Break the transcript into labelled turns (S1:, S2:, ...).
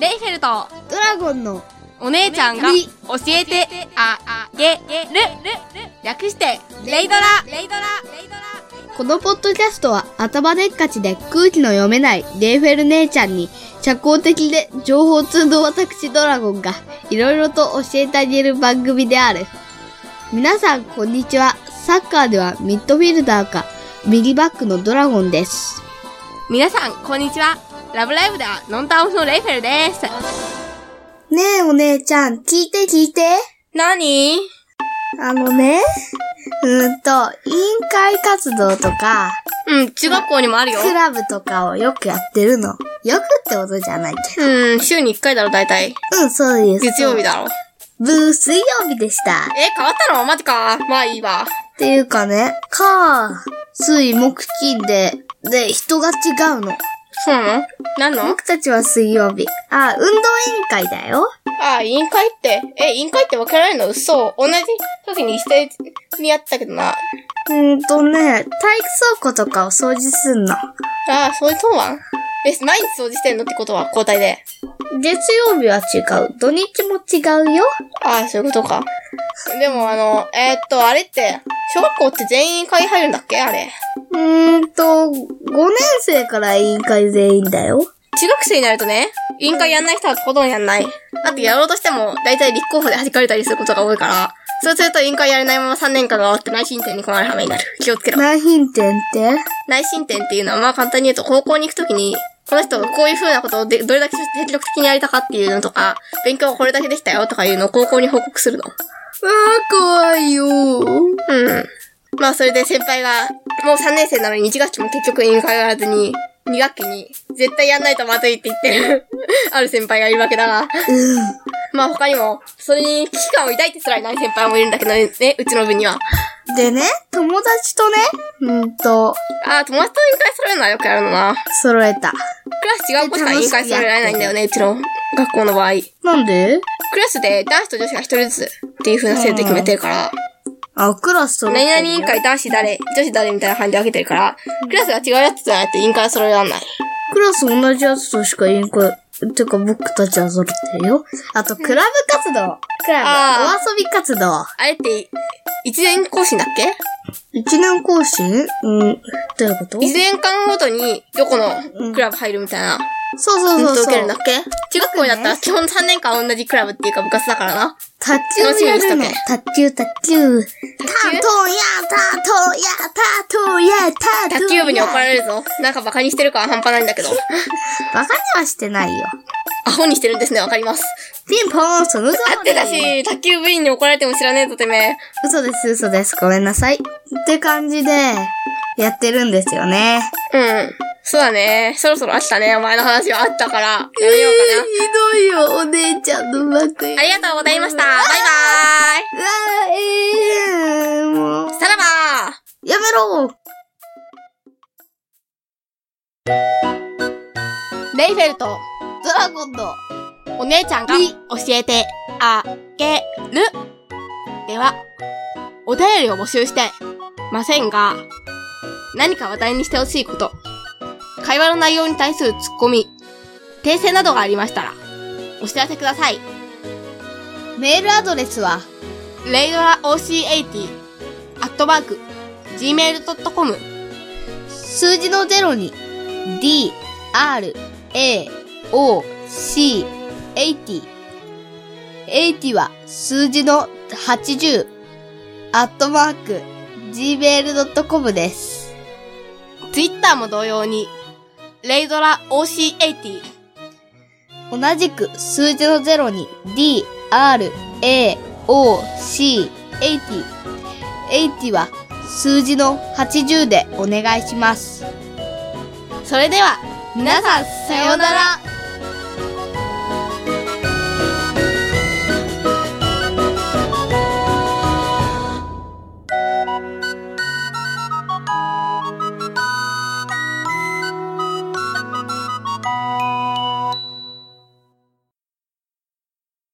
S1: レイフェルト
S2: ドラゴンの
S1: お姉ちゃんが
S2: み
S1: 教えてあげる略してレイドラレイドラレイドラ
S2: このポッドキャストは頭でっかちで空気の読めないレイフェル姉ちゃんに社交的で情報通の私ドラゴンがいろいろと教えてあげる番組である。皆さんこんにちは。サッカーではミッドフィルダーか右バックのドラゴンです。
S1: 皆さんこんにちはラブライブではノンタンオフのレイフェルです
S2: ねえお姉ちゃん、聞いて聞いて。
S1: 何
S2: あのね、うーんと、委員会活動とか、
S1: うん、中学校にもあるよ。
S2: クラブとかをよくやってるの。よくってことじゃないけ
S1: うん、週に1回だろ、大体。
S2: ど。うん、そうです。
S1: 月曜日。だろ。
S2: ブー、水曜日でした。
S1: え、変わったのマジか。まあいいわ。
S2: っていうかね、か、水、木、金で、で、人が違うの。
S1: そうなの何の
S2: 僕たちは水曜日。あ、運動委員会だよ。
S1: ああ、委員会って。え、委員会って分けられるの嘘。同じ時にしてにやってたけどな。あ
S2: うーんとね、体育倉庫とかを掃除すんの。
S1: あ、そういうとんわん。え、毎日掃除してんのってことは、交代で。
S2: 月曜日は違う。土日も違うよ。
S1: ああ、そういうことか。でも、あの、えーっと、あれって、小学校って全員会入るんだっけあれ。
S2: うーんと、5年生から委員会全員だよ。
S1: 中学生になるとね、委員会やんない人はとことんやんない。だってやろうとしても、だいたい立候補で弾かれたりすることが多いから、そうすると委員会やれないまま3年間が終わって内申点に困る羽目になる。気をつけろ。
S2: 内申点って
S1: 内申点っていうのは、まあ簡単に言うと、高校に行くときに、この人がこういう風なことをでどれだけ積極的にやれたかっていうのとか、勉強はこれだけできたよとかいうのを高校に報告するの。
S2: うわー、怖いよー。
S1: うん。まあそれで先輩が、もう3年生なのに1学期も結局委員会がやらずに、2学期に絶対やんないとまずいって言ってる、 ある先輩がいるわけだが、まあ他にも、それに危機感を抱いてすらいない先輩もいるんだけどね、うちの部には。
S2: うん。でね、友達とね、うーんと、
S1: ああ、友達と委員会揃えるのはよくやるのな。
S2: 揃えた。
S1: クラス違う子しか委員会揃えられないんだよね、うちの学校の場合。
S2: なんで
S1: クラスで男子と女子が一人ずつっていう風な制度決めてるから、
S2: あ、クラス揃
S1: 何々
S2: えた。
S1: 委員会男子誰、女子誰みたいな感じで分けてるから、クラスが違うやつじゃないと委員会は揃えられない。
S2: クラス同じやつとしか委員会、てか僕たちは揃ってるよ。あと、クラブ活動。クラ
S1: あ
S2: ブ。お遊び活動。
S1: あれって、一年更新だっけ
S2: 一年更新うん。どういうこと
S1: 一年間ごとにどこのクラブ入るみたいな、
S2: そうそう
S1: 検
S2: そう
S1: 討
S2: そう。
S1: 受けるんだっけ中学校になったら
S2: ね
S1: 基本3年間同じクラブっていうか部活だからな。
S2: 卓球やるの。
S1: 楽し
S2: 卓球、卓球。タトや、タトや、タトや、タトや。
S1: 卓球部に怒られるぞ。なんかバカにしてるから半端ないんだけ ど。
S2: バカにはしてないよ。
S1: アホにしてるんですね、わかります。
S2: ピンポーン、その通り。
S1: あってた。し、卓球部員に怒られても知らねえぞ、てめえ。
S2: 嘘です、嘘です。ごめんなさい。って感じで、やってるんですよね。
S1: うん。そうだね。そろそろ飽きたね。お前の話はあったから。やめようか
S2: どいよ、お姉ちゃんのバカ。あり
S1: な。ありがとうございました。バイバ
S2: うわええもう。
S1: ーイ。さらばー。
S2: やめろ
S1: レイフェルト、
S2: ドラゴンの。
S1: お姉ちゃんが
S2: み
S1: 教えてあげる。では、お便りを募集してませんが、何か話題にしてほしいこと、会話の内容に対するツッコミ、訂正などがありましたら、お知らせください。
S2: メールアドレスは、
S1: レイドラ OC80、アットマーク、gmail.com、
S2: 数字の0に D, R, A, O, C, 80。80は数字の80。アットマーク、gmail.com です。
S1: Twitter も同様に、レイドラ OC80、
S2: 同じく数字の0に D, R, A, O, C, 80。80は数字の80でお願いします。
S1: それでは、皆さん、さようなら。